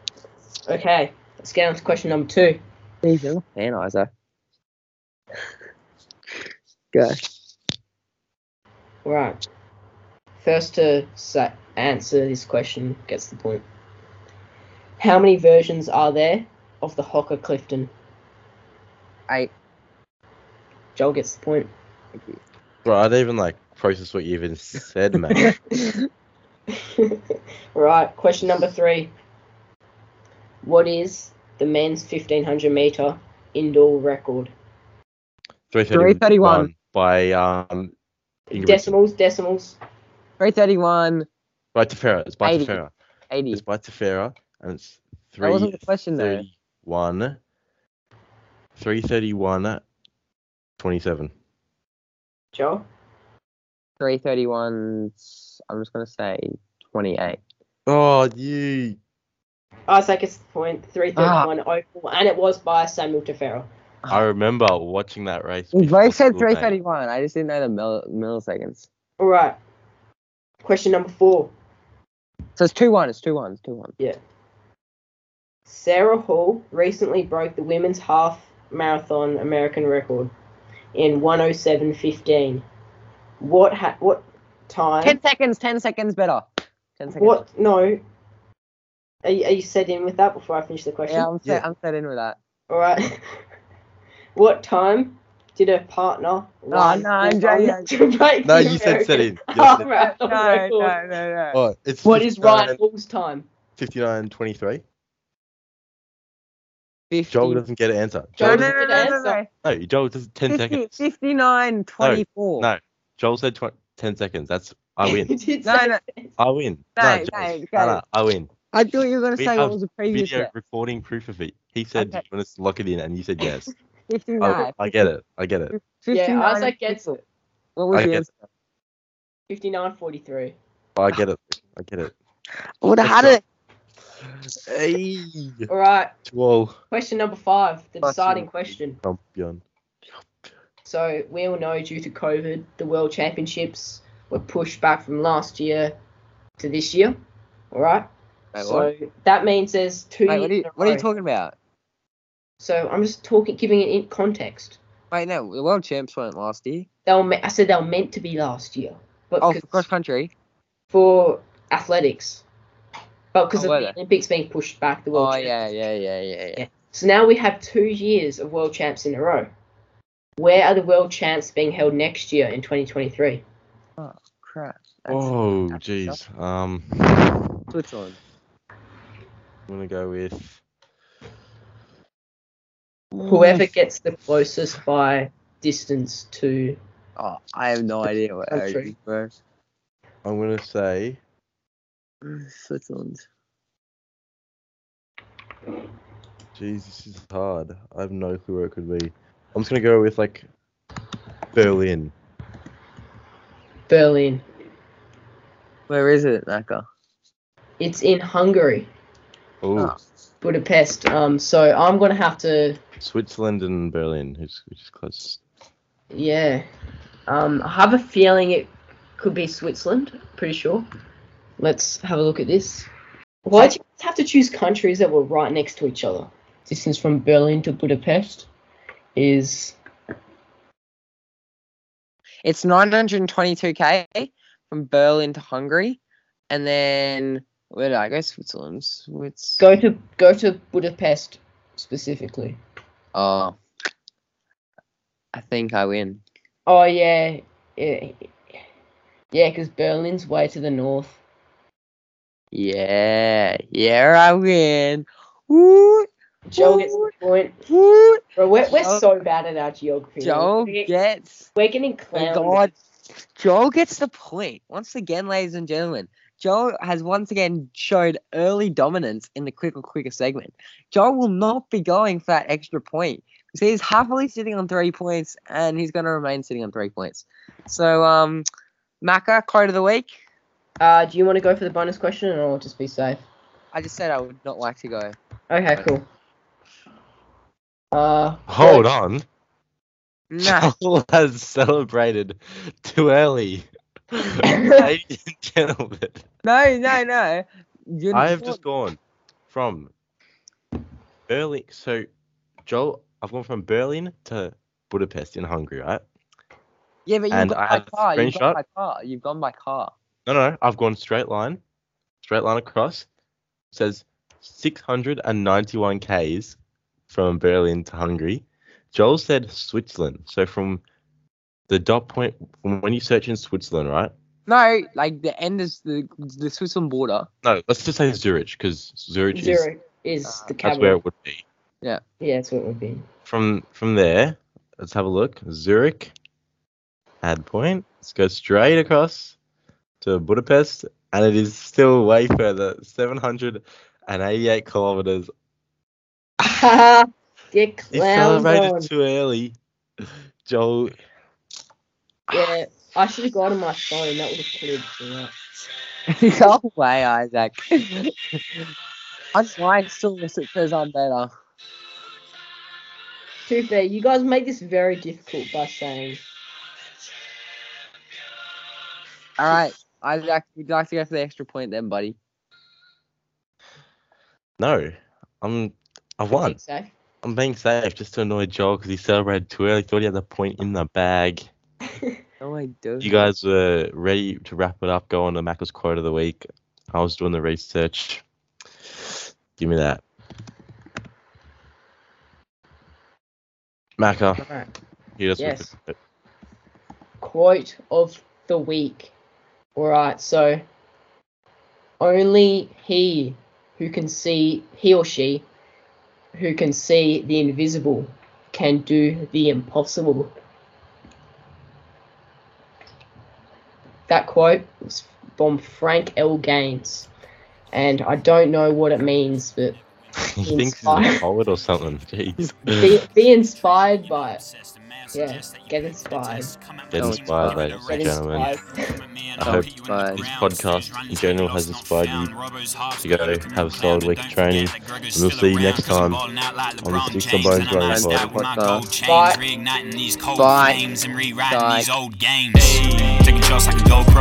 Speaker 2: Okay. Let's get on to question number two.
Speaker 1: to. He's a fan, Isa. go.
Speaker 2: Right. First to sa- answer this question gets the point. How many versions are there of the Hocker Clifton?
Speaker 1: Eight.
Speaker 2: Joel gets the point.
Speaker 3: Bro, I'd even like process what you even said, mate.
Speaker 2: right. Question number three. What is the men's 1500 meter indoor record?
Speaker 3: 331 by um Ingrid-
Speaker 2: Decimals, decimals.
Speaker 1: 331,
Speaker 3: by Tefera. It's by
Speaker 1: 80.
Speaker 3: Tefera.
Speaker 1: 80.
Speaker 3: It's by Tefera and it's
Speaker 1: That wasn't the question, though.
Speaker 3: 331 331 27.
Speaker 2: Joel?
Speaker 1: 331, I'm just gonna say 28.
Speaker 3: Oh, you
Speaker 2: Isaac gets the point.
Speaker 3: Ah.
Speaker 2: 331.04. And it was by Samuel Tefera.
Speaker 3: I remember watching that race.
Speaker 1: We
Speaker 3: before
Speaker 1: both said
Speaker 3: school, mate.
Speaker 1: 331. I just didn't know the mil- milliseconds.
Speaker 2: All right. Question number four.
Speaker 1: So it's 2 1. It's 2 1. It's 2 1.
Speaker 2: Sarah Hall recently broke the women's half marathon American record in 107.15. What ha- what
Speaker 1: 10
Speaker 2: time?
Speaker 1: seconds. 10 seconds better. 10 seconds.
Speaker 2: What? No. Are you, are you set in with that before I finish the question?
Speaker 1: Yeah, I'm set,
Speaker 3: Yeah.
Speaker 1: I'm set in with that.
Speaker 2: All right. what time did her partner? run
Speaker 1: Oh, no, I'm
Speaker 2: to
Speaker 1: joking.
Speaker 2: break
Speaker 3: No,
Speaker 2: the
Speaker 3: you said set
Speaker 2: American
Speaker 3: in. You
Speaker 2: half
Speaker 1: Oh,
Speaker 3: said-
Speaker 2: marathon
Speaker 1: No,
Speaker 2: record?
Speaker 1: no, no, no.
Speaker 3: Oh, it's
Speaker 2: What is
Speaker 3: 59
Speaker 2: Ryan Hall's time?
Speaker 3: 59 23.
Speaker 1: 50.
Speaker 3: Joel doesn't get an answer.
Speaker 1: No,
Speaker 3: Joel
Speaker 1: no,
Speaker 2: Jordan
Speaker 3: doesn't,
Speaker 1: no,
Speaker 2: did
Speaker 1: no, no,
Speaker 2: answer.
Speaker 1: no.
Speaker 3: no, Joel does 10
Speaker 1: 50,
Speaker 3: seconds.
Speaker 1: 59, 24.
Speaker 3: no, Joel said tw- 10 seconds. That's I
Speaker 2: You
Speaker 3: win.
Speaker 2: did
Speaker 1: No,
Speaker 2: say
Speaker 1: no.
Speaker 2: that.
Speaker 3: I win.
Speaker 1: No,
Speaker 3: No, Joel,
Speaker 1: no,
Speaker 3: no, no,
Speaker 1: go.
Speaker 3: I win.
Speaker 1: I thought you were going to
Speaker 3: We
Speaker 1: say what
Speaker 3: have
Speaker 1: was the previous
Speaker 3: Video
Speaker 1: set.
Speaker 3: recording proof of it. He said,
Speaker 1: Okay.
Speaker 3: "Do you want us to lock it in?" And you said yes. I,
Speaker 1: 59.
Speaker 3: Oh, I get it. I get it.
Speaker 1: 59
Speaker 2: Yeah, Isaac
Speaker 1: and
Speaker 2: gets
Speaker 1: 24.
Speaker 2: it.
Speaker 1: What was
Speaker 3: I
Speaker 1: the
Speaker 3: get
Speaker 1: answer?
Speaker 2: 59.43.
Speaker 3: I get it. I get it.
Speaker 1: I would have
Speaker 3: Let's
Speaker 1: had
Speaker 3: go.
Speaker 1: it.
Speaker 3: Hey,
Speaker 2: All right.
Speaker 3: Joel,
Speaker 2: Question number five, the
Speaker 3: Question.
Speaker 2: deciding question.
Speaker 3: champion.
Speaker 2: So we all know due to COVID, the World Championships were pushed back from last year to this year. All right.
Speaker 1: Wait,
Speaker 2: so
Speaker 1: what?
Speaker 2: that means there's two.
Speaker 1: Wait, what, are you,
Speaker 2: years in a
Speaker 1: what are you
Speaker 2: row.
Speaker 1: talking about?
Speaker 2: So I'm just talking, giving it in context.
Speaker 1: Wait, no, the world champs weren't last year.
Speaker 2: They were. Me- I said they were meant to be last year, but
Speaker 1: Oh,
Speaker 2: 'cause-
Speaker 1: for cross country.
Speaker 2: for athletics, but because
Speaker 1: Oh,
Speaker 2: of
Speaker 1: were
Speaker 2: the
Speaker 1: they?
Speaker 2: Olympics being pushed back, the World
Speaker 1: Oh
Speaker 2: Championships
Speaker 1: yeah, yeah, yeah, yeah, yeah.
Speaker 2: Yeah. So now we have two years of world champs in a row. Where are the world champs being held next year in 2023?
Speaker 1: Oh, Crap. That's
Speaker 3: Oh,
Speaker 1: that's
Speaker 3: jeez. Um,
Speaker 1: Switzerland.
Speaker 3: I'm gonna go with
Speaker 2: Whoever gets the closest by distance to
Speaker 1: Oh, I have no idea what.
Speaker 2: Country.
Speaker 1: bro.
Speaker 3: I'm gonna say
Speaker 1: Switzerland.
Speaker 3: Jeez, this is hard. I have no clue where it could be. I'm just gonna go with like Berlin.
Speaker 2: Berlin,
Speaker 1: Where is it, Naka?
Speaker 2: it's in Hungary,
Speaker 3: Ooh,
Speaker 1: Oh.
Speaker 2: Budapest. Um, so I'm gonna have to,
Speaker 3: Switzerland and Berlin, which, which is close.
Speaker 2: yeah. Um, I have a feeling it could be Switzerland. Pretty sure. Let's have a look at this. Why do you have to choose countries that were right next to each other? Distance from Berlin to Budapest is
Speaker 1: It's 922k from Berlin to Hungary, and then where did I go? Switzerland. Swiss.
Speaker 2: Go to go to Budapest specifically.
Speaker 1: Oh, I think I win.
Speaker 2: Oh yeah, yeah, yeah. Because Berlin's way to the north.
Speaker 1: Yeah, yeah, I win. Woo,
Speaker 2: Joel gets the point.
Speaker 1: woo.
Speaker 2: Bro, we're, we're
Speaker 1: Joel-
Speaker 2: so bad at our geography.
Speaker 1: Joel
Speaker 2: we're, get-
Speaker 1: gets.
Speaker 2: we're getting
Speaker 1: Oh
Speaker 2: clowned.
Speaker 1: God, Joel gets the point once again, ladies and gentlemen. Joel has once again showed early dominance in the quicker, quicker segment. Joel will not be going for that extra point because he's happily sitting on three points, and he's going to remain sitting on three points. So, um, Maka, quote of the week.
Speaker 2: Uh, do you want to go for the bonus question, or I'll just be safe?
Speaker 1: I just said I would not like to go.
Speaker 2: Okay, cool. Uh,
Speaker 3: Hold on.
Speaker 1: Nah.
Speaker 3: Joel has celebrated too early. Ladies and gentlemen,
Speaker 1: No, no, no. You're
Speaker 3: I have just gone from early. So, Joel, I've gone from Berlin to Budapest in Hungary, right?
Speaker 1: Yeah, but you've
Speaker 3: and
Speaker 1: gone
Speaker 3: I
Speaker 1: by
Speaker 3: have a
Speaker 1: car. You've gone
Speaker 3: screenshot.
Speaker 1: by car. You've gone by car.
Speaker 3: No, no, I've gone straight line, straight line across. It says 691 k's from Berlin to Hungary. Joel said Switzerland. So from the dot point from when you search in Switzerland, right?
Speaker 1: No, like the end is the the Switzerland border.
Speaker 3: No, let's just say Zurich because Zurich, is
Speaker 2: Zurich is the
Speaker 3: Uh, that's where
Speaker 2: capital.
Speaker 3: it would be.
Speaker 2: Yeah, that's what it would be.
Speaker 3: From from there, let's have a look. Zurich, add point. Let's go straight across to Budapest, and it is still way further, 788 kilometers
Speaker 2: you
Speaker 3: He
Speaker 2: clowns
Speaker 3: celebrated
Speaker 2: on.
Speaker 3: too early. Joel.
Speaker 2: Yeah, I should have gone on my phone. That would have cleared me up.
Speaker 1: Go away, Isaac. I just lying still unless it says I'm better.
Speaker 2: To be fair, you guys make this very difficult by saying
Speaker 1: All right, Isaac, would you like to go for the extra point then, buddy?
Speaker 3: No, I'm. I
Speaker 2: Is
Speaker 3: won.
Speaker 2: it safe.
Speaker 3: I'm being safe just to annoy Joel because he celebrated too early. Thought he had the point in the bag.
Speaker 1: Oh, I do.
Speaker 3: You guys were ready to wrap it up. Go on to Mackel's quote of the week. I was doing the research. Give me that. Macca,
Speaker 2: Alright.
Speaker 3: you just
Speaker 2: Yes. Quote of the week. Alright, so only he who can see he or she who can see the invisible can do the impossible. That quote was from Frank L. Gaines. And I don't know what it means, but
Speaker 3: he thinks he's a
Speaker 2: Inspired.
Speaker 3: poet or something. Jeez.
Speaker 2: be, be inspired by it.
Speaker 4: Yeah, get inspired.
Speaker 3: Get inspired, ladies and
Speaker 2: Get
Speaker 3: gentlemen.
Speaker 4: I
Speaker 3: hope
Speaker 1: this
Speaker 3: podcast in general has inspired you
Speaker 4: to
Speaker 3: go have a solid week of training, and we'll see you next time on the Sticks and Bones Running
Speaker 1: Bye. Bye.
Speaker 4: Taking shots like a GoPro.